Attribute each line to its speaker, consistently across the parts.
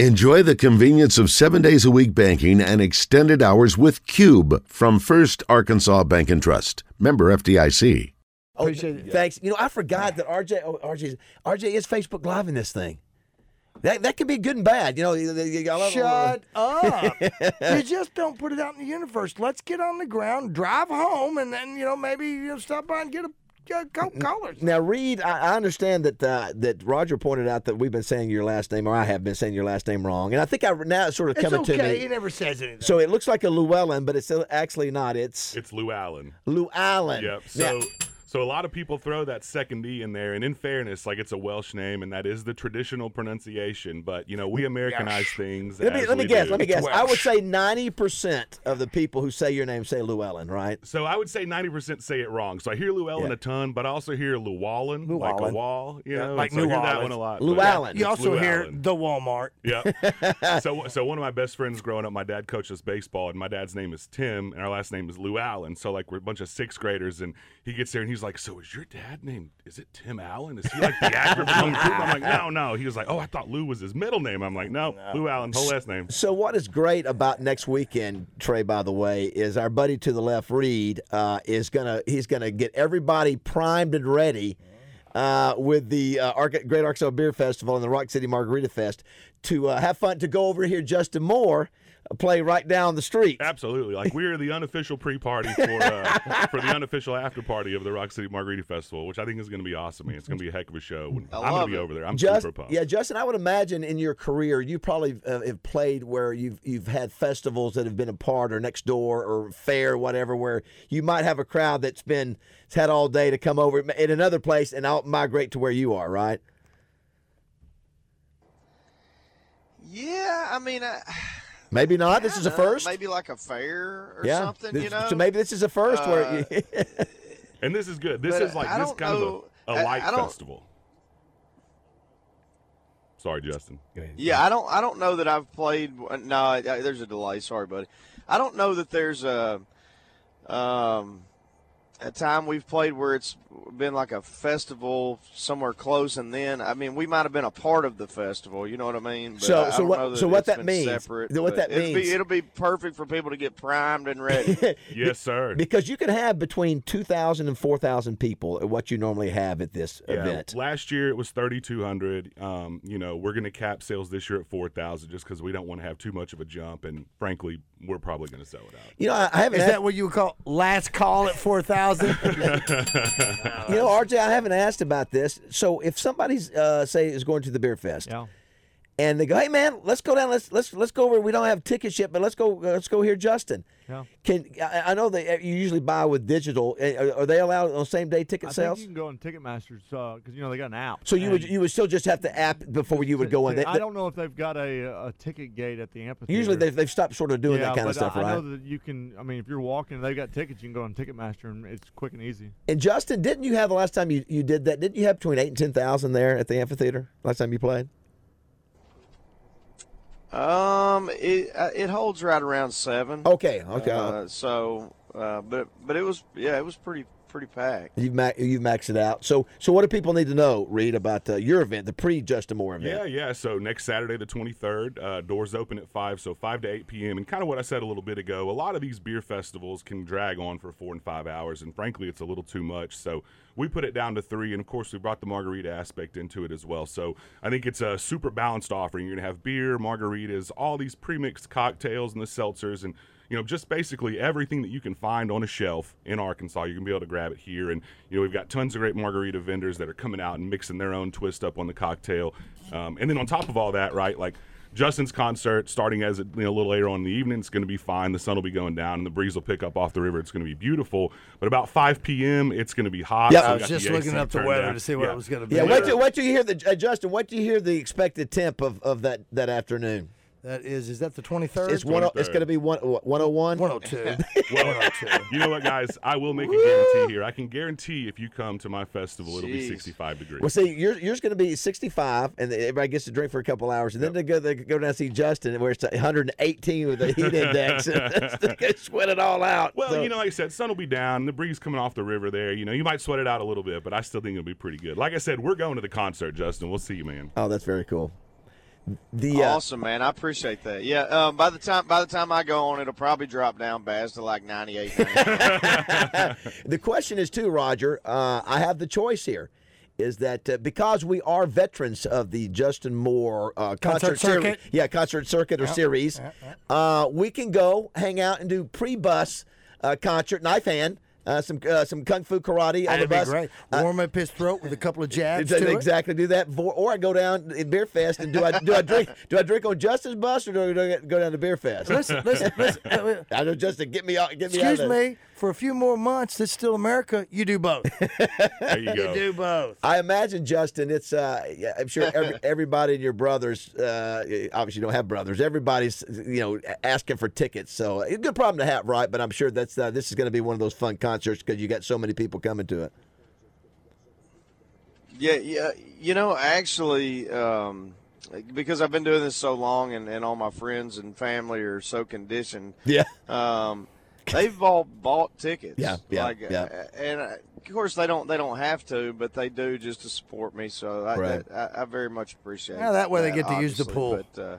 Speaker 1: Enjoy the convenience of seven days a week banking and extended hours with Cube from First Arkansas Bank and Trust. Member FDIC.
Speaker 2: Oh,
Speaker 3: Appreciate
Speaker 2: th-
Speaker 3: it.
Speaker 2: Thanks. You know, I forgot that RJ, oh, RJ, RJ is Facebook Live in this thing. That that could be good and bad. You know, you, you- you- I love-
Speaker 3: Shut up. you just don't put it out in the universe. Let's get on the ground, drive home, and then, you know, maybe you know, stop by and get a, a
Speaker 2: Mm-hmm.
Speaker 3: Coke Cola.
Speaker 2: Now, Reed, I, I understand that uh, that Roger pointed out that we've been saying your last name, or I have been saying your last name wrong, and I think I now it's sort of
Speaker 3: It's
Speaker 2: coming to
Speaker 3: okay.
Speaker 2: me.
Speaker 3: He never says anything.
Speaker 2: So it looks like a Llewellyn, but it's actually not. It's
Speaker 4: It's Lou Allen.
Speaker 2: Llewellyn.
Speaker 4: Yep.
Speaker 2: Now-
Speaker 4: So so a lot of people throw that second E in there, and in fairness, like it's a Welsh name, and that is the traditional pronunciation. But you know, we Americanize things.
Speaker 2: let me
Speaker 4: as
Speaker 2: let me
Speaker 4: we
Speaker 2: guess.
Speaker 4: do.
Speaker 2: Let me guess.
Speaker 3: Welsh.
Speaker 2: I would say ninety percent of the people who say your name say Llewellyn, right?
Speaker 4: So I would say ninety percent say it wrong. So I hear Llewellyn
Speaker 2: Yeah.
Speaker 4: a ton, but I also hear Llewellyn, like a
Speaker 3: Llewellyn.
Speaker 4: wall, you
Speaker 3: Yeah,
Speaker 4: know,
Speaker 3: like
Speaker 4: so I hear that
Speaker 3: Llewellyn.
Speaker 4: one a lot. but-
Speaker 2: Llewellyn.
Speaker 3: you also
Speaker 4: Lou
Speaker 3: hear
Speaker 4: Allen.
Speaker 3: the Walmart.
Speaker 4: Yeah. so, so one of my best friends growing up, my dad coached us baseball, and my dad's name is Tim, and our last name is Lou Allen. So, like, we're a bunch of sixth graders, and he gets there and he's like, "So is your dad named? Is it Tim Allen? Is he like the actor?" from Kung Fu?" I'm like, "No, no." He was like, "Oh, I thought Lou was his middle name." I'm like, "No, Lou Allen, whole last name."
Speaker 2: So what is great about next weekend, Trey? By the way, is our buddy to the left, Reed, uh, is gonna he's gonna get everybody primed and ready uh, with the uh, Arca- Great Arkansas Beer Festival and the Rock City Margarita Fest to uh, have fun. To go over here, Justin Moore uh, play right down the street.
Speaker 4: Absolutely. Like we are the unofficial pre-party for uh, for the unofficial after party of the Rock City Margarita Festival, which I think is going to be awesome. Man. It's going to be a heck of a show. I'm going to be over there. I'm
Speaker 2: Just,
Speaker 4: super pumped.
Speaker 2: yeah, Justin. I would imagine in your career, you probably uh, have played where you've you've had festivals that have been apart or next door or fair, whatever, where you might have a crowd that's been it's had all day to come over in another place and out migrate to where you are, right?
Speaker 5: Yeah, I mean, uh,
Speaker 2: Maybe not. This is a
Speaker 5: uh,
Speaker 2: first.
Speaker 5: Maybe like a fair or
Speaker 2: yeah.
Speaker 5: something,
Speaker 2: This-
Speaker 5: you know. Uh,
Speaker 2: So maybe this is a first where. You,
Speaker 4: And this is good. This
Speaker 5: But
Speaker 4: is like
Speaker 5: I
Speaker 4: this
Speaker 5: don't
Speaker 4: kind
Speaker 5: know-
Speaker 4: of a,
Speaker 5: I-
Speaker 4: a light
Speaker 5: I don't-
Speaker 4: festival. Sorry, Justin.
Speaker 5: yeah, I don't. I don't know that I've played. uh, No, I- there's a delay. Sorry, buddy. I don't know that there's a um, a time we've played where it's been like a festival somewhere close, and then I mean, we might have been a part of the festival. You know what I mean? But
Speaker 2: So-
Speaker 5: I
Speaker 2: so
Speaker 5: don't
Speaker 2: what-
Speaker 5: know that
Speaker 2: so what
Speaker 5: it's
Speaker 2: that
Speaker 5: been
Speaker 2: means-
Speaker 5: Separate,
Speaker 2: th- what
Speaker 5: but
Speaker 2: that
Speaker 5: it'll
Speaker 2: means-
Speaker 5: Be, it'll be perfect for people to get primed and ready.
Speaker 4: Yes, sir.
Speaker 2: because you could have between 2,000 and 4,000 people at what you normally have at this event.
Speaker 4: Last year it was 3,200. Um, you know, we're going to cap sales this year at 4,000 just because we don't want to have too much of a jump. And frankly, we're probably going to sell it out.
Speaker 2: You know, I, I haven't
Speaker 3: Is
Speaker 2: had-
Speaker 3: that what you would call last call at 4,000?
Speaker 2: You
Speaker 6: Uh,
Speaker 2: know, RJ, I haven't asked about this. So if somebody's uh, say is going to the beer fest,
Speaker 6: Yeah.
Speaker 2: and they go, "Hey man, let's go down. Let's let's let's go over. We don't have tickets yet, but let's go. uh, Let's go hear Justin."
Speaker 6: Yeah.
Speaker 2: Can I, I know that you usually buy with digital? Uh, Are, are they allowed on same day ticket
Speaker 6: I
Speaker 2: sales?
Speaker 6: think you can go on Ticketmaster's because you know they got an app.
Speaker 2: so you would
Speaker 6: and
Speaker 2: you would still just have to app before you would
Speaker 6: to-
Speaker 2: go in.
Speaker 6: to-
Speaker 2: They-
Speaker 6: I
Speaker 2: they-
Speaker 6: don't know if they've got a, a ticket gate at the amphitheater.
Speaker 2: usually they've, they've stopped sort of doing
Speaker 6: yeah,
Speaker 2: that kind
Speaker 6: but
Speaker 2: of stuff,
Speaker 6: I,
Speaker 2: right?
Speaker 6: I know that you can. I mean, if you're walking, and they've got tickets. You can go on Ticketmaster, and it's quick and easy.
Speaker 2: and Justin, didn't you have the last time you, you did that? Didn't you have between eight and ten thousand there at the amphitheater last time you played?
Speaker 5: Um, it uh, it holds right around seven.
Speaker 2: Okay, okay.
Speaker 5: Uh, so, uh, but but it was yeah, it was pretty pretty packed.
Speaker 2: You've ma- you've maxed it out. So so what do people need to know, Reed, about uh, your event, the pre Justin Moore event?
Speaker 4: Yeah, yeah. So next Saturday, the 23rd, uh, doors open at 5, so 5 to 8 p.m. And kind of what I said a little bit ago, a lot of these beer festivals can drag on for four and five hours, and frankly, it's a little too much. So we put it down to three, and of course, we brought the margarita aspect into it as well. So I think it's a super balanced offering. You're going to have beer, margaritas, all these pre mixed cocktails, and the seltzers, and you know, just basically everything that you can find on a shelf in Arkansas, you can be able to grab it here. And, you know, we've got tons of great margarita vendors that are coming out and mixing their own twist up on the cocktail. Um, and then on top of all that, right, like Justin's concert starting as it, you know, a little later on in the evening, it's going to be fine. The sun will be going down and the breeze will pick up off the river. It's going to be beautiful. But about 5 p.m., it's going to be hot.
Speaker 2: Yeah,
Speaker 4: we
Speaker 2: I
Speaker 3: was
Speaker 4: got the
Speaker 3: just
Speaker 4: AC
Speaker 3: looking up the
Speaker 4: turned
Speaker 3: weather
Speaker 4: down.
Speaker 3: to see what
Speaker 4: Yeah.
Speaker 3: it was gonna be.
Speaker 2: Yeah, wait till, wait till you hear the uh, Justin. Wait till you hear the expected temp of, of that, that afternoon.
Speaker 3: That is, is that the 23rd?
Speaker 2: It's one. o- It's
Speaker 4: 23rd.
Speaker 2: going to be one one oh one.
Speaker 3: 102.
Speaker 4: Well, you know what, guys? I will make a guarantee here. I can guarantee if you come to my festival, it'll be
Speaker 5: Jeez.
Speaker 4: 65 degrees.
Speaker 2: Well, see, yours, yours going to be sixty five, and everybody gets to drink for a couple hours, and then they go they go down and see Justin, where it's one hundred and eighteen with the heat index, and they go sweat it all out.
Speaker 4: Well,
Speaker 2: So-
Speaker 4: you know, like I said, sun will be down. The breeze coming off the river there. You know, you might sweat it out a little bit, but I still think it'll be pretty good. Like I said, we're going to the concert, Justin. We'll see you, man.
Speaker 2: Oh, that's very cool. The uh,
Speaker 5: Awesome, man. I appreciate that. Yeah. Um, by the time by the time I go on, it'll probably drop down, Baz, to like 98. 99.
Speaker 2: the question is too, Roger. Uh, I have the choice here. Is that uh, because we are veterans of the Justin Moore uh, concert,
Speaker 3: Concert
Speaker 2: series-
Speaker 3: circuit.
Speaker 2: Yeah, concert circuit or series. Uh, we can go hang out and do pre-bus uh, concert knife hand, uh, some uh, some kung fu karate on the
Speaker 3: That'd be
Speaker 2: bus. Uh,
Speaker 3: great. Warm up his throat with a couple of jabs.
Speaker 2: Exa-
Speaker 3: to it.
Speaker 2: exactly do that, Vo- or I go down in Beer Fest and do I do I drink do I drink on Justin's bus or do I do I go down to Beer Fest?
Speaker 3: Listen, listen, listen. uh, uh,
Speaker 2: I know Justin, get me out, get me out.
Speaker 3: Excuse
Speaker 2: of this.
Speaker 3: me. For a few more months, it's still America. You do both.
Speaker 4: There you
Speaker 3: you
Speaker 4: go.
Speaker 3: do both.
Speaker 2: I imagine Justin. It's uh, yeah, I'm sure every, everybody and your brothers. Uh, obviously, you don't have brothers. Everybody's you know asking for tickets, so it's a good problem to have, right? But I'm sure that's uh, this is going to be one of those fun concerts because you got so many people coming to it.
Speaker 5: yeah, yeah. You know, actually, um, because I've been doing this so long, and, and all my friends and family are so conditioned.
Speaker 2: Yeah,
Speaker 5: um, they've all bought tickets.
Speaker 2: Yeah, yeah,
Speaker 5: like,
Speaker 2: yeah.
Speaker 5: uh, And uh, of course, they don't they don't have to, but they do just to support me. So I,
Speaker 2: Right.
Speaker 5: I, I very much appreciate.
Speaker 3: Yeah, that way they get to use the
Speaker 5: obviously,
Speaker 3: pool.
Speaker 5: But, uh,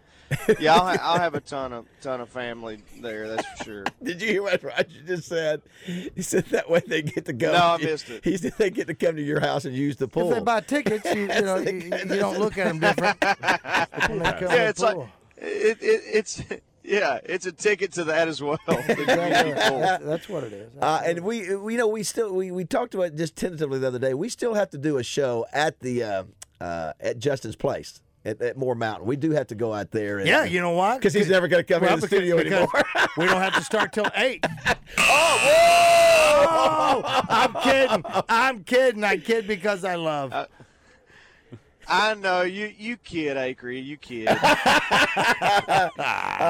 Speaker 5: yeah, I'll, ha- I'll have a ton of ton of family there. That's for sure.
Speaker 2: did you hear what Roger just said? He said that way they get to go.
Speaker 5: No, I missed it.
Speaker 2: He said they get to come to your house and use the pool.
Speaker 3: If they buy tickets, you, you know you, you don't look at them different.
Speaker 5: yeah, it's like it, it it's yeah, it's a ticket to that as well.
Speaker 3: That's what it is.
Speaker 2: Uh, and we, we- you know, we still we, we talked about it just tentatively the other day. We still have to do a show at the uh, uh, at Justin's place at, at Moore Mountain. We do have to go out there. And,
Speaker 3: yeah, you know why?
Speaker 2: because he's never going to come
Speaker 3: Well,
Speaker 2: in the
Speaker 3: because-
Speaker 2: studio
Speaker 3: because
Speaker 2: anymore.
Speaker 3: we don't have to start till eight. oh, I'm kidding. I'm kidding. I kid because I love.
Speaker 2: Uh,
Speaker 5: I know you you kid, Acree, you kid.
Speaker 2: uh,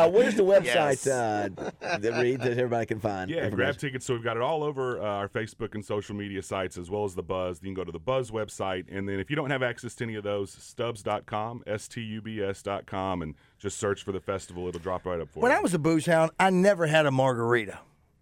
Speaker 2: where's the website uh, that read that everybody can find?
Speaker 4: Yeah, grab
Speaker 2: information?
Speaker 4: tickets. So we've got it all over uh, our Facebook and social media sites, as well as the Buzz. You can go to the Buzz website, and then if you don't have access to any of those, Stubbs.com, S-T-U-B-S.com, and just search for the festival. It'll drop right up for
Speaker 3: When
Speaker 4: you.
Speaker 3: I was a booze hound, I never had a margarita.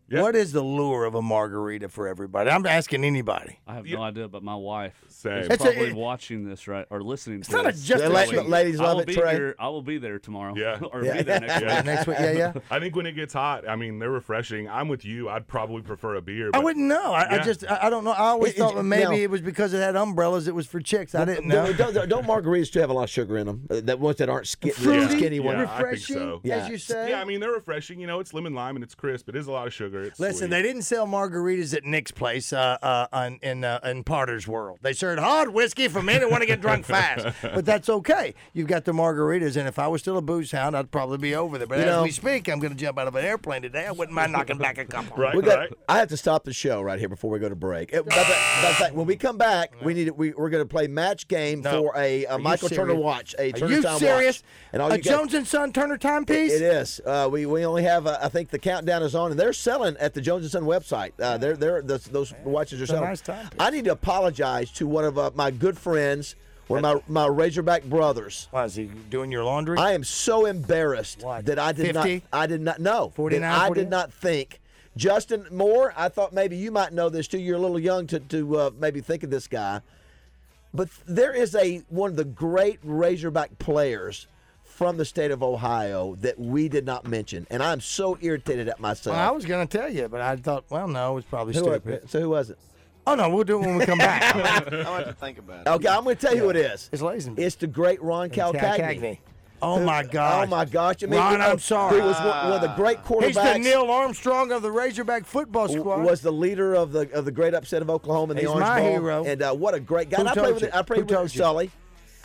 Speaker 4: Yeah.
Speaker 3: What is the lure of a margarita for everybody? I'm asking anybody.
Speaker 7: I have no idea, but my wife
Speaker 4: Same.
Speaker 7: is
Speaker 4: It's
Speaker 3: a-
Speaker 7: probably
Speaker 3: it-
Speaker 7: watching this right or listening to
Speaker 3: not a
Speaker 7: this.
Speaker 3: just
Speaker 2: The
Speaker 3: a
Speaker 2: la-
Speaker 3: chick.
Speaker 2: the ladies
Speaker 7: I
Speaker 2: love
Speaker 7: will
Speaker 2: it,
Speaker 7: be
Speaker 2: Trey.
Speaker 7: here. I will be there tomorrow.
Speaker 4: Yeah.
Speaker 7: or be there next
Speaker 4: Yeah.
Speaker 7: week.
Speaker 3: Next week, yeah, yeah.
Speaker 4: I think when it gets hot, I mean, they're refreshing. I'm with you. I'd probably prefer a beer.
Speaker 3: I
Speaker 4: but-
Speaker 3: wouldn't know. I, I
Speaker 4: Yeah.
Speaker 3: just, I, I don't know. I always
Speaker 2: It- it-
Speaker 3: thought that maybe
Speaker 2: now-
Speaker 3: it was because it had umbrellas. It was for chicks. I didn't know.
Speaker 2: Don't, don't- don't margaritas do have a lot of sugar in them? Uh, That ones that aren't skin,
Speaker 3: Fruity,
Speaker 2: skinny
Speaker 4: Yeah,
Speaker 2: ones.
Speaker 4: I think
Speaker 3: refreshing,
Speaker 4: so.
Speaker 2: Yeah.
Speaker 3: as you say.
Speaker 4: Yeah, I mean, they're refreshing. You know, it's lemon lime and it's crisp. It is a lot of sugar. It's
Speaker 3: Listen,
Speaker 4: sweet.
Speaker 3: they didn't sell margaritas at Nick's place uh, uh, on, in uh, in Potter's World. They served hard whiskey for men who want to get drunk fast. But that's okay. You've got the margaritas, and if I was still a booze hound, I'd probably be over there. But
Speaker 2: You
Speaker 3: as
Speaker 2: know-
Speaker 3: we speak, I'm going to jump out of an airplane today. I wouldn't mind knocking back a couple.
Speaker 4: Right,
Speaker 2: We got,
Speaker 4: right.
Speaker 2: I have to stop the show right here before we go to break. Uh, but- but- but- but when we come back, we need to- we, we're going to play match game
Speaker 3: No.
Speaker 2: for a, a
Speaker 3: you
Speaker 2: Michael Turner
Speaker 3: serious?
Speaker 2: watch, a
Speaker 3: Are
Speaker 2: Turner
Speaker 3: you
Speaker 2: time
Speaker 3: serious?
Speaker 2: watch, and all
Speaker 3: a
Speaker 2: you guys-
Speaker 3: Jones and Son Turner timepiece.
Speaker 2: It is. Uh, we we only have. Uh, I think the countdown is on, and they're selling at the Jones and Son website. Uh, they're they're those, those watches are
Speaker 3: a
Speaker 2: selling.
Speaker 3: nice time piece.
Speaker 2: I need to apologize to one of uh, my good friends, one of my my Razorback brothers.
Speaker 3: Why is he doing your laundry?
Speaker 2: I am so embarrassed
Speaker 3: What,
Speaker 2: that I did
Speaker 3: 50?
Speaker 2: not. I did not know.
Speaker 3: 49,
Speaker 2: I did
Speaker 3: 48?
Speaker 2: not think. Justin Moore, I thought maybe you might know this too. You're a little young to, to uh, maybe think of this guy. But there is a one of the great Razorback players from the state of Ohio that we did not mention, and I'm so irritated at myself.
Speaker 3: well, I was going to tell you, but I thought, well, no, it's probably
Speaker 2: Who-
Speaker 3: stupid.
Speaker 2: so who was it?
Speaker 3: Oh no, we'll do it when we come back.
Speaker 5: I'll have to think about it.
Speaker 2: Okay, I'm going to tell you who it is.
Speaker 3: It's Lazenby.
Speaker 2: It's the great Ron Calcagney.
Speaker 3: Cagney. Oh my God.
Speaker 2: Oh my gosh! I mean,
Speaker 3: Ron,
Speaker 2: you know,
Speaker 3: I'm sorry.
Speaker 2: He was one, one of the great quarterbacks.
Speaker 3: He's the Neil Armstrong of the Razorback football squad.
Speaker 2: was the leader of the of the great upset of Oklahoma in the
Speaker 3: He's
Speaker 2: Orange
Speaker 3: my
Speaker 2: Bowl.
Speaker 3: hero.
Speaker 2: And uh, what a great guy!
Speaker 3: Who
Speaker 2: And I
Speaker 3: told
Speaker 2: played with
Speaker 3: you?
Speaker 2: I played
Speaker 3: Who
Speaker 2: with
Speaker 3: told you?
Speaker 2: Sully.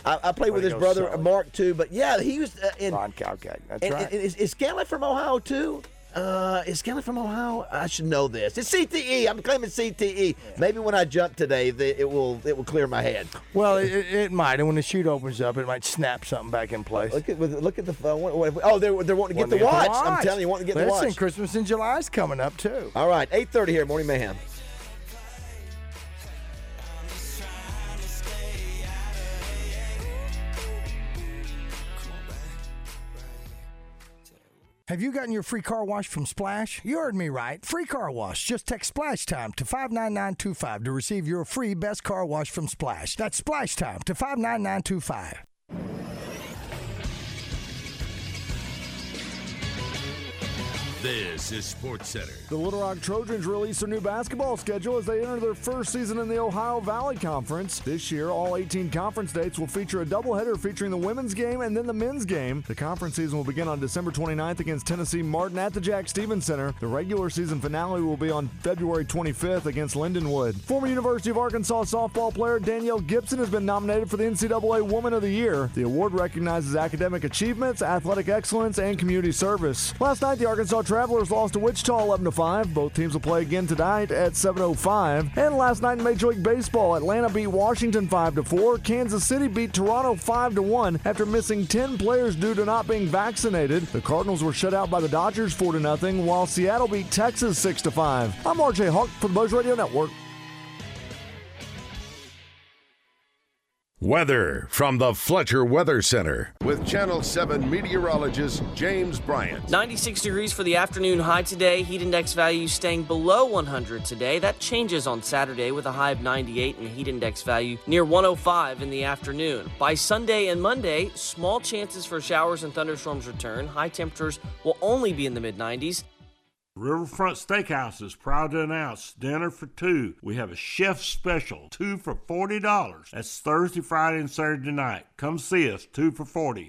Speaker 2: I, I played with
Speaker 3: Way
Speaker 2: his
Speaker 3: to go,
Speaker 2: brother
Speaker 3: Sully.
Speaker 2: Mark too. But yeah, he was. Uh, and,
Speaker 3: Ron Calcagney. That's
Speaker 2: and,
Speaker 3: right.
Speaker 2: and is, is Scanlon from Ohio too? Uh, is Scanlon from Ohio? I should know this. It's CTE. I'm claiming CTE. Maybe when I jump today, the, it will it will clear my head.
Speaker 3: well, it, it it might. And when the chute opens up, it might snap something back in place.
Speaker 2: Look at with, look at the phone. What- what- oh, they're they're wanting to get
Speaker 3: Wanting
Speaker 2: the
Speaker 3: to
Speaker 2: watch. I'm telling you, wanting to get
Speaker 3: Listen,
Speaker 2: the watch.
Speaker 3: Christmas in July is coming up too.
Speaker 2: All right, 8:30 here, morning mayhem.
Speaker 3: Have you gotten your free car wash from Splash? You heard me right. Free car wash. Just text Splash Time to 59925 to receive your free best car wash from Splash. That's Splash Time to 59925.
Speaker 8: This is Sports Center.
Speaker 9: The Little Rock Trojans released their new basketball schedule as they enter their first season in the Ohio Valley Conference. This year, all 18 conference dates will feature a doubleheader featuring the women's game and then the men's game. The conference season will begin on December 29th against Tennessee Martin at the Jack Stevens Center. The regular season finale will be on February 25th against Lindenwood. Former University of Arkansas softball player Danielle Gibson has been nominated for the NCAA Woman of the Year. The award recognizes academic achievements, athletic excellence, and community service. Last night, the Arkansas Travelers lost to Wichita 11 5. Both teams will play again tonight at 7:05. And last night in Major League Baseball, Atlanta beat Washington 5 4. Kansas City beat Toronto 5 1 after missing 10 players due to not being vaccinated. The Cardinals were shut out by the Dodgers 4 0, while Seattle beat Texas 6 5. I'm RJ Hawk for the Buzz Radio Network.
Speaker 1: Weather from the Fletcher Weather Center with Channel 7 meteorologist James Bryant.
Speaker 10: 96 degrees for the afternoon high today. Heat index value staying below 100 today. That changes on Saturday with a high of 98 and a heat index value near 105 in the afternoon. By Sunday and Monday, small chances for showers and thunderstorms return. High temperatures will only be in the mid 90s.
Speaker 11: Riverfront Steakhouse is proud to announce dinner for two. We have a chef special, two for $40. That's Thursday, Friday, and Saturday night. Come see us, two for 40.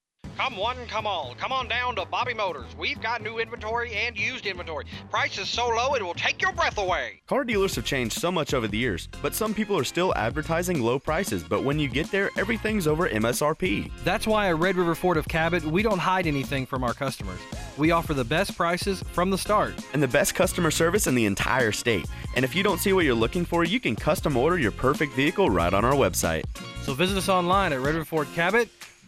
Speaker 12: Come one, come all. Come on down to Bobby Motors. We've got new inventory and used inventory. Prices so low it will take your breath away.
Speaker 13: Car dealers have changed so much over the years, but some people are still advertising low prices, but when you get there, everything's over MSRP.
Speaker 14: That's why at Red River Ford of Cabot, we don't hide anything from our customers. We offer the best prices from the start.
Speaker 13: And the best customer service in the entire state. And if you don't see what you're looking for, you can custom order your perfect vehicle right on our website.
Speaker 14: So visit us online at redriverfordcabot.com.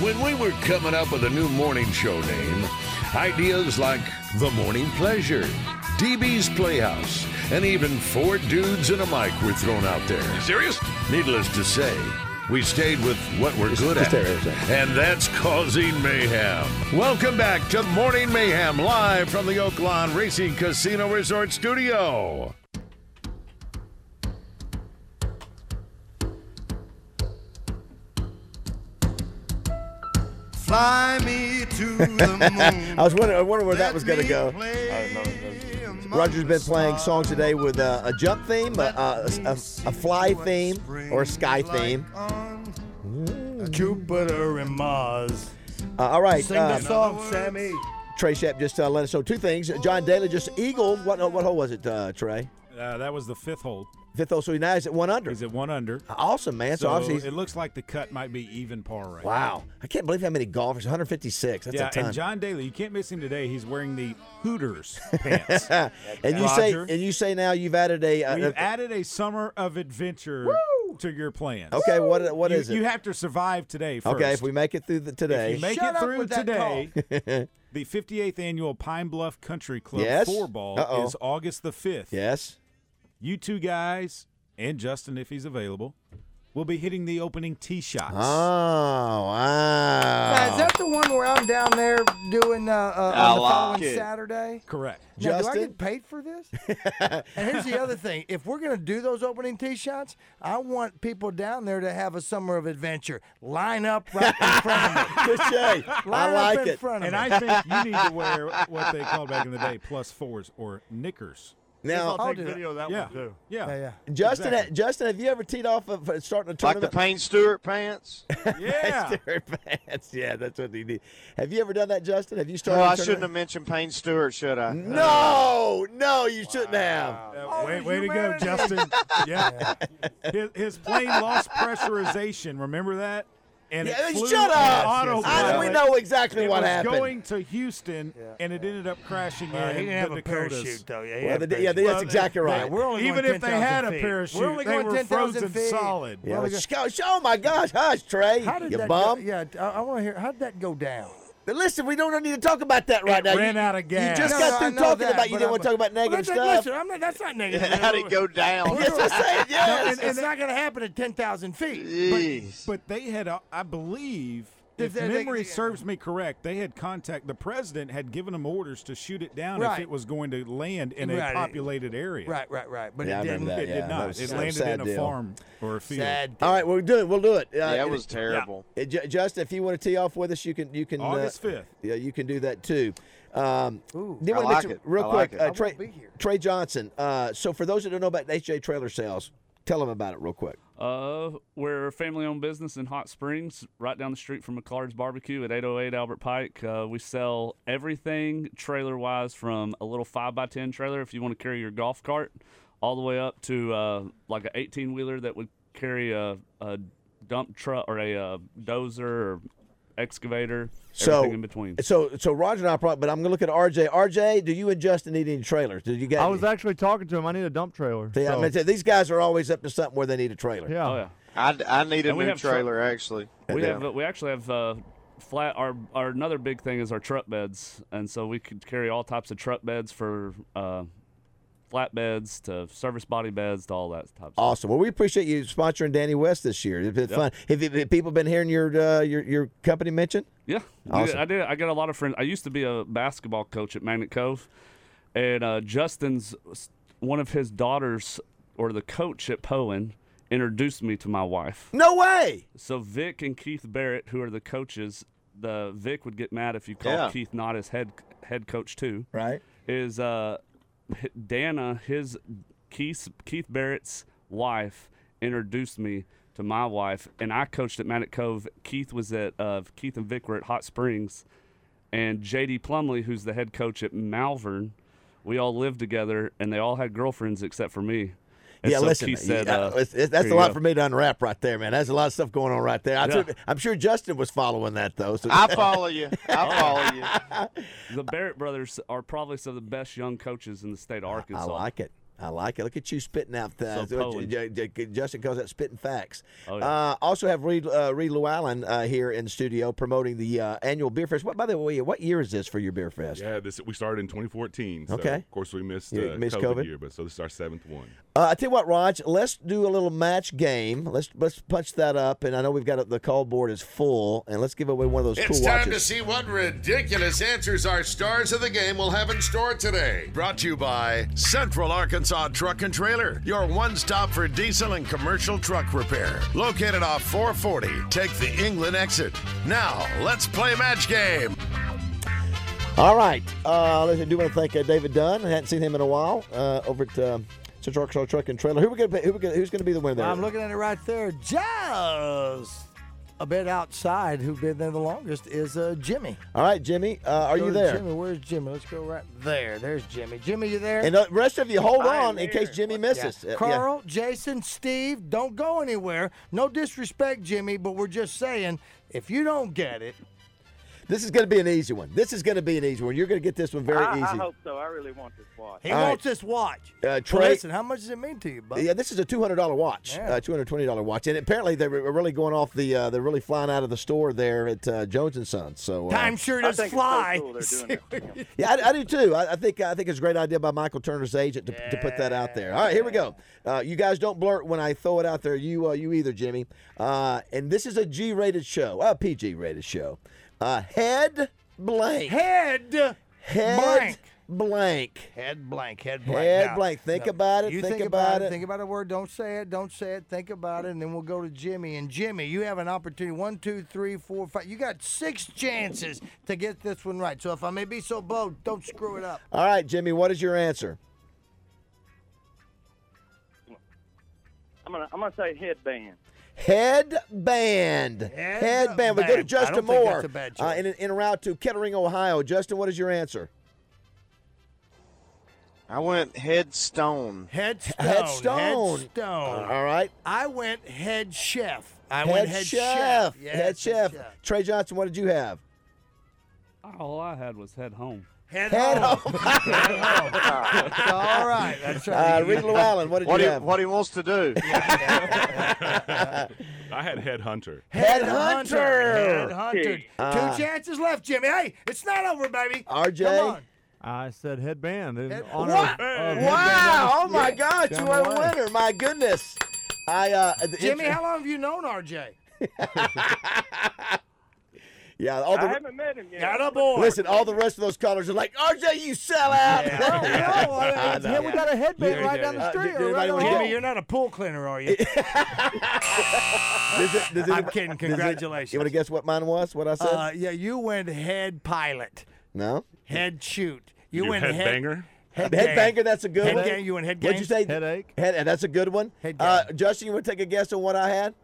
Speaker 1: When we were coming up with a new morning show name, ideas like The Morning Pleasure, DB's Playhouse, and even four dudes and a mic were thrown out there. serious? Needless to say, we stayed with what we're good
Speaker 2: just
Speaker 1: at,
Speaker 2: there, just
Speaker 1: and that's causing mayhem. Welcome back to Morning Mayhem, live from the Oaklawn Racing Casino Resort Studio.
Speaker 15: Fly me to the
Speaker 2: I
Speaker 15: moon.
Speaker 2: was wondering, I wonder where that was going to go.
Speaker 15: go.
Speaker 2: Roger's been playing songs today with uh, a jump theme, a, a, a, a fly theme, or a sky theme.
Speaker 3: Jupiter and Mars.
Speaker 2: Uh, all right.
Speaker 3: Sing the song, Sammy.
Speaker 2: Trey Shep just uh, let us know two things. John Daly just eagled. What what hole was it, uh, Trey?
Speaker 16: Uh, that was the fifth hole.
Speaker 2: Fifth hole. So now he's at one under.
Speaker 16: He's at one under.
Speaker 2: Awesome, man. So,
Speaker 16: so
Speaker 2: obviously, he's-
Speaker 16: it looks like the cut might be even par right. now.
Speaker 2: wow. I can't believe how many golfers. 156. That's
Speaker 16: yeah,
Speaker 2: a ton.
Speaker 16: and John Daly, you can't miss him today. He's wearing the Hooters pants.
Speaker 2: and you say
Speaker 16: Roger,
Speaker 2: and you say now you've added a. a-
Speaker 16: we've
Speaker 2: a-
Speaker 16: added a summer of adventure to your plans.
Speaker 2: Okay, what- what
Speaker 16: You-
Speaker 2: is it?
Speaker 16: You have to survive today. First.
Speaker 2: okay, if we make it through the, today,
Speaker 16: If you make it through today, the 58th annual Pine Bluff Country Club
Speaker 2: Yes?
Speaker 16: four ball
Speaker 2: Uh-oh.
Speaker 16: is August the 5th.
Speaker 2: Yes.
Speaker 16: You two guys and Justin, if he's available, will be hitting the opening tee shots.
Speaker 2: Oh, wow.
Speaker 3: Now, is that the one where I'm down there doing uh, uh,
Speaker 2: I
Speaker 3: on the following
Speaker 2: like it.
Speaker 3: Saturday?
Speaker 16: Correct.
Speaker 3: Now, do I
Speaker 2: Justin?
Speaker 3: get paid for this? and here's the other thing: if we're gonna do those opening tee shots, I want people down there to have a summer of adventure. Line up right in front of me.
Speaker 2: Touche.
Speaker 3: Line up in Front of
Speaker 16: and
Speaker 3: me.
Speaker 16: I think you need to wear what they called back in the day plus fours or knickers.
Speaker 2: Now- I'll
Speaker 16: i
Speaker 2: take video
Speaker 16: of that
Speaker 2: one,
Speaker 16: yeah.
Speaker 2: too.
Speaker 16: Yeah.
Speaker 2: Yeah, Justin,
Speaker 16: Exactly.
Speaker 2: Justin, have you ever teed off of uh, starting a
Speaker 5: Like
Speaker 2: tournament?
Speaker 5: the Payne Stewart pants.
Speaker 16: yeah.
Speaker 2: pants. Yeah, that's what they need. Have you ever done that, Justin? Have you started?
Speaker 5: Oh,
Speaker 2: a
Speaker 5: I
Speaker 2: tournament?
Speaker 5: shouldn't have mentioned Payne Stewart, should I? Uh,
Speaker 2: No, no, you shouldn't have.
Speaker 16: way way to go, Justin. yeah. His, his plane lost pressurization. Remember that? And
Speaker 2: Yeah,
Speaker 16: it flew
Speaker 2: shut up.
Speaker 16: on autopilot.
Speaker 2: I- we know exactly
Speaker 16: It
Speaker 2: what
Speaker 16: was
Speaker 2: happened.
Speaker 16: Going to Houston, and it ended up crashing
Speaker 3: Well,
Speaker 16: in
Speaker 3: he didn't
Speaker 16: the
Speaker 3: have a
Speaker 16: Dakotas.
Speaker 3: parachute, though. Yeah, he
Speaker 2: Well,
Speaker 3: had a
Speaker 2: they did- yeah, they- that's
Speaker 3: parachute.
Speaker 2: exactly right.
Speaker 3: Well, We're only
Speaker 16: Even
Speaker 3: going
Speaker 16: if they had
Speaker 3: 10,000
Speaker 16: a
Speaker 3: feet.
Speaker 16: parachute,
Speaker 3: We're only
Speaker 16: they
Speaker 3: going
Speaker 16: were
Speaker 3: 10,000
Speaker 16: frozen
Speaker 3: feet.
Speaker 16: solid.
Speaker 2: Yeah,
Speaker 3: Well,
Speaker 2: let's
Speaker 3: we
Speaker 2: just go. Oh my gosh, hush, Trey.
Speaker 3: How did
Speaker 2: you
Speaker 3: that
Speaker 2: bum.
Speaker 3: Go? Yeah, I, I want to hear. How did that go down?
Speaker 2: Listen, we don't need to talk about that right
Speaker 16: It
Speaker 2: now. You-
Speaker 16: ran out of gas.
Speaker 2: You just
Speaker 3: No,
Speaker 2: got
Speaker 3: no, I
Speaker 2: through
Speaker 3: know
Speaker 2: talking
Speaker 3: that,
Speaker 2: about you
Speaker 3: but
Speaker 2: didn't want to
Speaker 3: I'm-
Speaker 2: talk about negative
Speaker 3: Listen,
Speaker 2: stuff.
Speaker 3: Listen, I'm not, that's not negative.
Speaker 5: How'd it go down?
Speaker 2: That's what I'm saying.
Speaker 3: And-
Speaker 2: Yes.
Speaker 3: and it's not going to happen at 10,000 feet.
Speaker 5: Jeez.
Speaker 16: But they had, uh, I believe,
Speaker 3: Did
Speaker 16: if
Speaker 3: they- they-
Speaker 16: memory serves me correct, they had contact. The president had given them orders to shoot it down if
Speaker 3: Right.
Speaker 16: it was going to land in a
Speaker 3: Right.
Speaker 16: populated area.
Speaker 3: Right, right, right. But
Speaker 2: Yeah, I
Speaker 3: it didn't.
Speaker 2: remember that.
Speaker 16: It
Speaker 2: yeah,
Speaker 16: did not.
Speaker 2: was
Speaker 16: it
Speaker 2: a
Speaker 16: landed
Speaker 2: sad
Speaker 16: in a
Speaker 2: deal.
Speaker 16: farm or a field.
Speaker 3: Sad.
Speaker 2: All right, we'll do it. We'll do it. Uh,
Speaker 5: Yeah,
Speaker 2: it-
Speaker 5: that was terrible.
Speaker 2: Uh, Ju- Justin, if you want to tee off with us, you can. You can.
Speaker 16: August
Speaker 2: uh,
Speaker 16: 5th.
Speaker 2: Yeah, you can do that too. Um, then
Speaker 5: I
Speaker 2: wanna
Speaker 5: like
Speaker 2: mention
Speaker 5: it.
Speaker 2: Real
Speaker 5: I like
Speaker 2: quick,
Speaker 5: it. I
Speaker 2: uh,
Speaker 5: won't
Speaker 2: Trey,
Speaker 3: be here.
Speaker 2: Trey Johnson. Uh, so for those that don't know about HJ Trailer Sales, tell them about it real quick.
Speaker 7: Uh, we're a family-owned business in Hot Springs, right down the street from McClard's Barbecue at 808 Albert Pike. Uh, we sell everything trailer-wise, from a little five by ten trailer if you want to carry your golf cart, all the way up to uh, like an 18-wheeler that would carry a, a dump truck or a uh, dozer or excavator.
Speaker 2: So
Speaker 7: everything in between.
Speaker 2: So so Roger and I probably, but I'm gonna look at RJ. RJ, do you and Justin need any trailers? Did you guys?
Speaker 6: I was actually talking to him. I need a dump trailer.
Speaker 2: Yeah, I
Speaker 6: so-
Speaker 2: mean, these guys are always up to something where they need a trailer.
Speaker 6: yeah.
Speaker 7: Oh yeah.
Speaker 5: I, I need a
Speaker 7: And we
Speaker 5: new
Speaker 7: have tr-
Speaker 5: trailer, actually.
Speaker 7: We
Speaker 2: Yeah.
Speaker 7: have uh, we actually have uh, flat. Our our another big thing is our truck beds, and so we could carry all types of truck beds for uh, flat beds to service body beds to all that type. Of
Speaker 2: Awesome. Well, we appreciate you sponsoring Danny West this year. It's been fun. Have, you- have people been hearing your uh, your your company mentioned?
Speaker 7: Yeah,
Speaker 2: Awesome.
Speaker 7: I did. I got a lot of friends. I used to be a basketball coach at Magnet Cove, and uh, Justin's one of his daughters or the coach at Poen introduced me to my wife.
Speaker 2: No way.
Speaker 7: So Vic and Keith Barrett, who are the coaches, the Vic would get mad if you called
Speaker 5: Yeah.
Speaker 7: Keith not as head head coach too.
Speaker 2: Right.
Speaker 7: Is uh, h- Dana his Keith Keith Barrett's wife introduced me to my wife, and I coached at Manic Cove. Keith was at uh, Keith and Vic were at Hot Springs, and JD Plumley, who's the head coach at Malvern, we all lived together, and they all had girlfriends except for me. And
Speaker 2: yeah,
Speaker 7: so
Speaker 2: listen,
Speaker 7: Keith said,
Speaker 2: yeah,
Speaker 7: uh,
Speaker 2: it's- it's-
Speaker 7: "Here
Speaker 2: that's a
Speaker 7: you
Speaker 2: lot
Speaker 7: go."
Speaker 2: for me to unwrap right there, man. That's a lot of stuff going on right there. I
Speaker 7: Yeah.
Speaker 2: took- I'm sure Justin was following that though. So.
Speaker 5: I follow you. I follow you.
Speaker 7: The Barrett brothers are probably some of the best young coaches in the state of
Speaker 2: I
Speaker 7: Arkansas.
Speaker 2: like it. I like it. Look at you spitting out things.
Speaker 7: So
Speaker 2: What
Speaker 7: Poland.
Speaker 2: J- J- J- Justin calls that spitting facts.
Speaker 7: Oh, yeah.
Speaker 2: uh, also have Reed, uh, Reed Llewellyn uh, here in studio promoting the uh, annual beer fest. What by the way, what year is this for your beer fest?
Speaker 4: Yeah, this we started in 2014. So
Speaker 2: Okay.
Speaker 4: Of course, we missed,
Speaker 2: You
Speaker 4: uh,
Speaker 2: missed
Speaker 4: COVID,
Speaker 2: COVID?
Speaker 4: year, but so this is our seventh one.
Speaker 2: Uh, I tell you what, Raj, let's do a little match game. Let's let's punch that up, and I know we've got a, the call board is full, and let's give away one of those
Speaker 1: It's
Speaker 2: cool
Speaker 1: time
Speaker 2: watches.
Speaker 1: to see what ridiculous answers our stars of the game will have in store today. Brought to you by Central Arkansas Truck and Trailer, your one stop for diesel and commercial truck repair. Located off 440, take the England exit. Now, let's play match game.
Speaker 2: All right. Uh, listen, I do want to thank uh, David Dunn. I hadn't seen him in a while uh, over at uh, Central Arkansas Truck and Trailer. Who we gonna, pay- who we gonna, who's going to be the winner there?
Speaker 3: I'm looking at it right there. Just a bit outside, who's been there the longest is uh, Jimmy.
Speaker 2: All right, Jimmy, uh, are
Speaker 3: Go
Speaker 2: you
Speaker 3: to
Speaker 2: there?
Speaker 3: Jimmy, where's Jimmy? Let's go right there. There's Jimmy. Jimmy, you there?
Speaker 2: And the rest of you, hold
Speaker 3: I am
Speaker 2: on in case Jimmy
Speaker 3: Yeah.
Speaker 2: misses. Uh, yeah.
Speaker 3: Carl, Jason, Steve, don't go anywhere. No disrespect, Jimmy, but we're just saying if you don't get it,
Speaker 2: This is going to be an easy one. This is going to be an easy one. You're going to get this one very
Speaker 8: I, I
Speaker 2: easy.
Speaker 8: hope so. I really want this watch.
Speaker 3: He
Speaker 2: All right.
Speaker 3: wants this watch.
Speaker 2: Uh,
Speaker 3: Well,
Speaker 2: Trey,
Speaker 3: listen, how much does it mean to you, bud?
Speaker 2: yeah, this is a two hundred dollar watch,
Speaker 3: Yeah.
Speaker 2: uh, two hundred twenty dollar watch, and apparently they were really going off the. Uh, they're really flying out of the store there at uh, Jones and Sons. So uh,
Speaker 3: Time sure
Speaker 8: I
Speaker 3: does
Speaker 8: think it's so
Speaker 3: fly.
Speaker 8: cool they're doing
Speaker 2: Yeah, I, I do too. I, I think I think it's a great idea by Michael Turner's agent to, to put that out there. All right, here we go. Uh, you guys don't blurt when I throw it out there. You uh, you either, Jimmy. Uh, and this is a G-rated show, a PG-rated show. Uh, head blank.
Speaker 3: Head.
Speaker 2: Head
Speaker 3: blank.
Speaker 2: Blank.
Speaker 3: Head blank. Head blank.
Speaker 2: Head
Speaker 3: Now,
Speaker 2: blank. Think
Speaker 3: now,
Speaker 2: about it.
Speaker 3: You
Speaker 2: Think, about, it.
Speaker 3: Think about a word. Don't say it. Don't say it. Think about it, and then we'll go to Jimmy. And Jimmy, you have an opportunity. One, two, three, four, five. You got six chances to get this one right. So if I may be so bold, don't screw it up.
Speaker 2: All right, Jimmy. What is your answer?
Speaker 8: I'm gonna I'm gonna say headband.
Speaker 2: Headband. Headband. We go to
Speaker 8: Headband. I
Speaker 2: Justin
Speaker 8: don't think
Speaker 2: Moore
Speaker 8: that's a bad
Speaker 2: uh, in, in a route to Kettering, Ohio. Justin, what is your answer?
Speaker 5: I went headstone.
Speaker 3: Headstone.
Speaker 2: Headstone.
Speaker 3: Headstone.
Speaker 5: Uh-huh.
Speaker 2: All right.
Speaker 3: I went head chef. I
Speaker 2: head
Speaker 3: went head
Speaker 2: chef.
Speaker 3: chef. Yes,
Speaker 2: head chef. Trey Johnson, what did you have?
Speaker 7: All I had was head home.
Speaker 3: Head,
Speaker 2: home.
Speaker 3: All right. That's
Speaker 2: right. Uh, Reed Llewellyn, what did you
Speaker 5: he,
Speaker 2: have?
Speaker 5: What he wants to do.
Speaker 4: I had Headhunter.
Speaker 3: Headhunter. Headhunter.
Speaker 4: Uh,
Speaker 2: Ah.
Speaker 3: Two chances left, Jimmy. Hey, it's not over, baby.
Speaker 2: RJ.
Speaker 3: Come on.
Speaker 6: I said headband. In honor
Speaker 3: What?
Speaker 6: Of, of
Speaker 2: Wow! Oh my
Speaker 6: Yeah.
Speaker 2: God, you
Speaker 6: Down
Speaker 2: are
Speaker 6: the
Speaker 2: a
Speaker 6: way.
Speaker 2: winner! My goodness, I uh, the-
Speaker 3: Jimmy, how long have you known RJ?
Speaker 2: yeah, all the
Speaker 3: met him yet. Got a boy.
Speaker 2: listen, all the rest of those callers are like RJ, you sell out.
Speaker 3: no, I-
Speaker 2: I know.
Speaker 3: yeah, we got a headband
Speaker 2: Yeah,
Speaker 3: right
Speaker 2: yeah,
Speaker 3: down the
Speaker 2: yeah.
Speaker 3: street.
Speaker 2: Uh, did- did
Speaker 3: or right
Speaker 2: anybody
Speaker 3: on
Speaker 2: want-
Speaker 3: Jimmy,
Speaker 2: Jimmy,
Speaker 3: you're not a pool cleaner, are you?
Speaker 2: Does it- does
Speaker 3: I'm
Speaker 2: it-
Speaker 3: kidding.
Speaker 2: does it-
Speaker 3: Congratulations.
Speaker 2: You want to guess what mine was? What I said?
Speaker 3: Uh, yeah, you went head pilot,
Speaker 2: no.
Speaker 3: head shoot. You
Speaker 2: Your
Speaker 3: went
Speaker 2: head banger?
Speaker 3: Head,
Speaker 2: Headbanger, that's a good
Speaker 3: head
Speaker 2: one.
Speaker 3: gang, you went head
Speaker 2: What'd you
Speaker 3: gang?
Speaker 2: say? Headache. Head, that's a good one. Uh, Justin, you want to take a guess on what I had?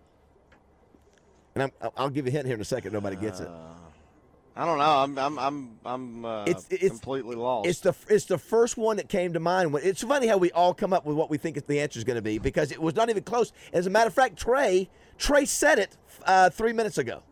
Speaker 2: And I'm, I'll- I'll give you a hint here in a second. Nobody gets it.
Speaker 3: Uh,
Speaker 5: I don't know. I'm I'm I'm I'm uh,
Speaker 2: It's- it's-
Speaker 5: completely lost.
Speaker 2: It's the it's the first one that came to mind. When it's funny how we all come up with what we think is the answer is going to be because it was not even close. As a matter of fact, Trey Trey said it uh, three minutes ago.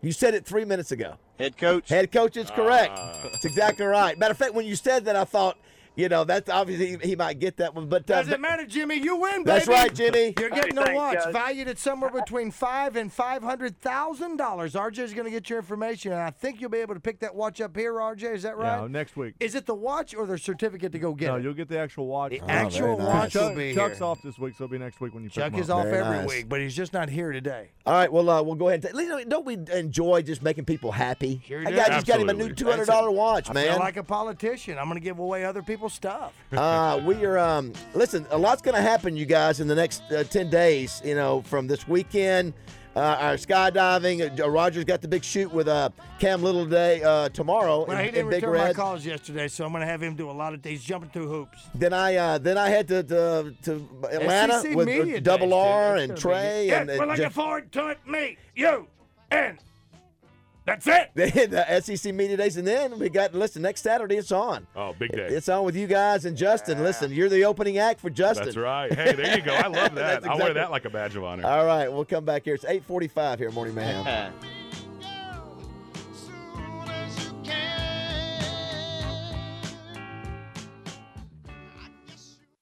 Speaker 2: You said it three minutes ago.
Speaker 5: Head coach. Ah.
Speaker 2: Head coach is correct. It's exactly right. Matter of fact, when you said that, I thought, you know, that's obviously he, he might get that one. But uh,
Speaker 3: Doesn't matter, Jimmy. You win, baby.
Speaker 2: That's right, Jimmy.
Speaker 3: You're getting
Speaker 2: Hey,
Speaker 3: a
Speaker 2: thanks,
Speaker 3: watch
Speaker 2: guys.
Speaker 3: valued at somewhere between five and five hundred thousand dollars. RJ's going to get your information, and I think you'll be able to pick that watch up here. RJ, is that right?
Speaker 6: Yeah, next week.
Speaker 3: Is it the watch or the certificate to go get
Speaker 6: no,
Speaker 3: it?
Speaker 6: you'll get the actual watch.
Speaker 3: The actual watch will
Speaker 6: Chuck-
Speaker 3: be
Speaker 6: Chuck's
Speaker 3: here.
Speaker 6: off this week, so it'll be next week when you pick
Speaker 3: Chuck
Speaker 6: him
Speaker 3: is
Speaker 6: up.
Speaker 3: off every week, but he's just not here today.
Speaker 2: All right, well, uh, we'll go ahead. And t- you know, don't we enjoy just making people happy?
Speaker 3: Sure
Speaker 2: that
Speaker 3: do.
Speaker 2: guy just got him a new two hundred dollar watch,
Speaker 3: I
Speaker 2: man.
Speaker 3: Feel like a politician. I'm going to give away other people's stuff.
Speaker 2: uh, we are um, listen a lot's going to happen you guys in the next uh, 10 days you know from this weekend uh, our skydiving uh, roger's got the big shoot with uh, cam little today uh, tomorrow
Speaker 3: Well,
Speaker 2: in,
Speaker 3: he didn't
Speaker 2: in big
Speaker 3: return my
Speaker 2: red
Speaker 3: calls yesterday, so I'm going to have him do a lot of things, jumping through hoops.
Speaker 2: then I uh, then I head to to, to Atlanta
Speaker 3: SEC
Speaker 2: with
Speaker 3: E
Speaker 2: uh,
Speaker 3: media
Speaker 2: Double
Speaker 3: days, dude.
Speaker 2: R
Speaker 3: It's
Speaker 2: and
Speaker 3: gonna
Speaker 2: Trey
Speaker 3: be-
Speaker 2: and, and
Speaker 3: Yes, we're looking
Speaker 2: Jeff-
Speaker 3: forward to it. Me, you, and that's it.
Speaker 2: the SEC media days, and then we got listen next Saturday. It's on.
Speaker 4: Oh, big day.
Speaker 2: It's on with you guys and Justin. Listen, you're the opening act for Justin.
Speaker 4: That's right. Hey, there you go. I love that.
Speaker 2: That's
Speaker 4: I wear
Speaker 2: exactly-
Speaker 4: that like a badge of honor.
Speaker 2: All right, we'll come back here. It's 8:45 here, at morning man.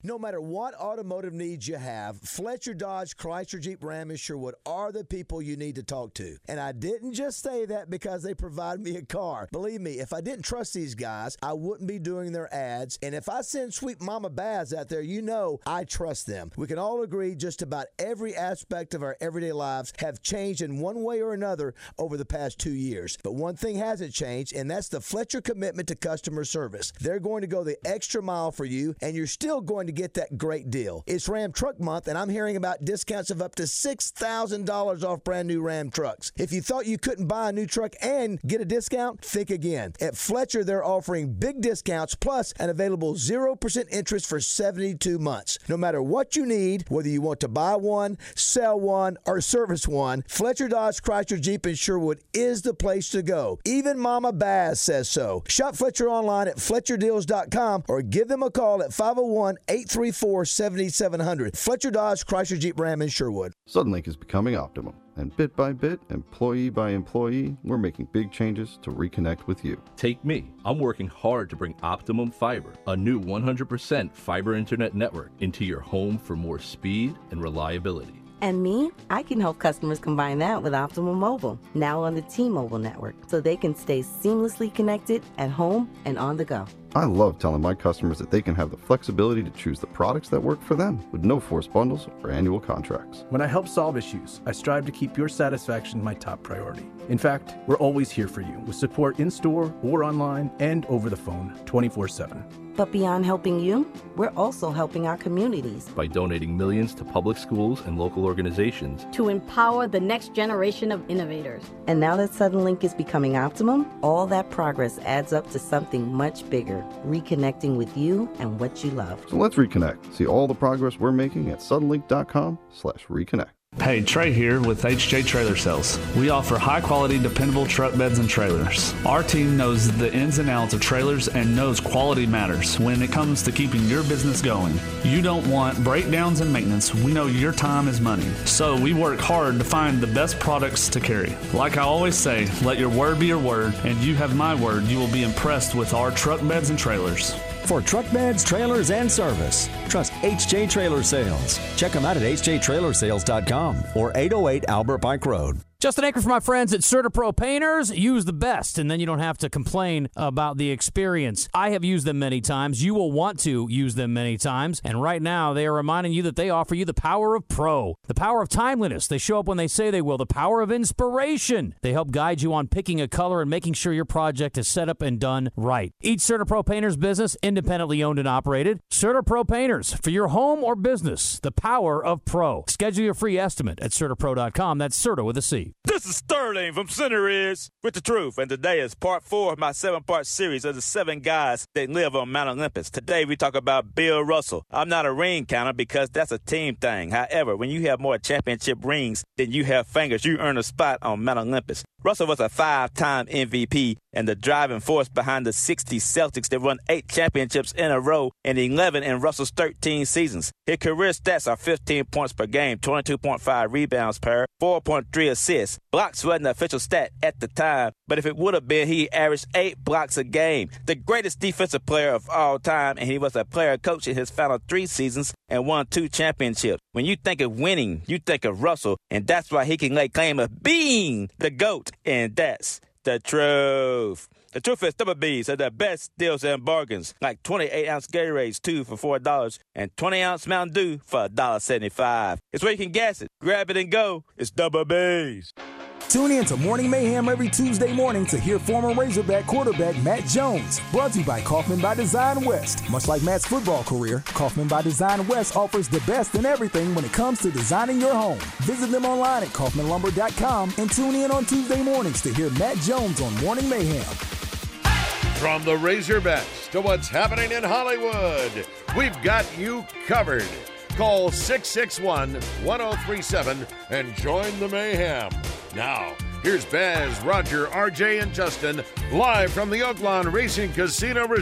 Speaker 2: No matter what automotive needs you have, Fletcher Dodge, Chrysler Jeep Ram, and Sherwood are the people you need to talk to. And I didn't just say that because they provide me a car. Believe me, if I didn't trust these guys, I wouldn't be doing their ads. And if I send Sweet Mama Baz out there, you know I trust them. We can all agree just about every aspect of our everyday lives have changed in one way or another over the past two years. But one thing hasn't changed, and that's the Fletcher commitment to customer service. They're going to go the extra mile for you, and you're still going to get that great deal. It's Ram Truck Month, and I'm hearing about discounts of up to $6,000 off brand new Ram trucks. If you thought you couldn't buy a new truck and get a discount, think again. At Fletcher, they're offering big discounts plus an available 0% interest for 72 months. No matter what you need, whether you want to buy one, sell one, or service one, Fletcher Dodge Chrysler Jeep in Sherwood is the place to go. Even Mama Bass says so. Shop Fletcher online at FletcherDeals.com or give them a call at 501 834 7700. Fletcher Dodge Chrysler Jeep Ram in Sherwood.
Speaker 17: Suddenlink is becoming optimum, And bit by bit, employee by employee, we're making big changes to reconnect with you.
Speaker 18: Take me. I'm working hard to bring Optimum Fiber, a new 100% fiber internet network, into your home for more speed and reliability.
Speaker 19: And me, I can help customers combine that with Optimum Mobile, now on the T Mobile network, so they can stay seamlessly connected at home and on the go.
Speaker 17: I love telling my customers that they can have the flexibility to choose the products that work for them with no forced bundles or annual contracts.
Speaker 20: When I help solve issues, I strive to keep your satisfaction my top priority. In fact, we're always here for you with support in store or online and over the phone 24 7.
Speaker 19: But beyond helping you, we're also helping our communities
Speaker 18: By donating millions to public schools and local organizations,
Speaker 19: to empower the next generation of innovators. And now that Suddenlink is becoming Optimum, all that progress adds up to something much bigger reconnecting with you and what you love.
Speaker 17: So let's reconnect. See all the progress we're making at suddenlink.com slash reconnect.
Speaker 21: Hey, Trey here with HJ Trailer Sales. We offer high quality, dependable truck beds and trailers. Our team knows the ins and outs of trailers and knows quality matters when it comes to keeping your business going. You don't want breakdowns and maintenance. We know your time is money. So we work hard to find the best products to carry. Like I always say, let your word be your word, and you have my word. You will be impressed with our truck beds and trailers.
Speaker 22: For truck beds, trailers, and service, trust HJ Trailer Sales. Check them out at hjtrailersales.com or 808 Albert Pike Road.
Speaker 23: Just an anchor for my friends at Certapro Painters. Use the best, and then you don't have to complain about the experience. I have used them many times. You will want to use them many times. And right now, they are reminding you that they offer you the power of pro, the power of timeliness. They show up when they say they will, the power of inspiration. They help guide you on picking a color and making sure your project is set up and done right. Each Certapro Painters business, independently owned and operated. Certapro Painters, for your home or business, the power of pro. Schedule your free estimate at CertaPro.com. That's Certa with a C.
Speaker 24: This is Sterling from Center Is with the Truth, and today is part four of my seven part series of the seven guys that live on Mount Olympus. Today we talk about Bill Russell. I'm not a ring counter because that's a team thing. However, when you have more championship rings than you have fingers, you earn a spot on Mount Olympus. Russell was a five time MVP and the driving force behind the 60 Celtics that won eight championships in a row and 11 in Russell's 13 seasons. His career stats are 15 points per game, 22.5 rebounds per, 4.3 assists. Blocks wasn't an official stat at the time, but if it would have been, he averaged eight blocks a game. The greatest defensive player of all time, and he was a player coach in his final three seasons and won two championships. When you think of winning, you think of Russell, and that's why he can lay claim of being the GOAT, and that's the truth. The truth is, Double B's are the best deals and bargains, like 28 ounce Gatorades, two for $4, and 20 ounce Mountain Dew for $1.75. It's where you can gas it, grab it, and go. It's Double B's.
Speaker 25: Tune in to Morning Mayhem every Tuesday morning to hear former Razorback quarterback Matt Jones. Brought to you by Kaufman by Design West. Much like Matt's football career, Kaufman by Design West offers the best in everything when it comes to designing your home. Visit them online at kaufmanlumber.com and tune in on Tuesday mornings to hear Matt Jones on Morning Mayhem.
Speaker 1: From the Razorbacks to what's happening in Hollywood, we've got you covered. Call 661 1037 and join the mayhem. Now, here's Baz, Roger, RJ, and Justin live from the Oaklawn Racing Casino Resort.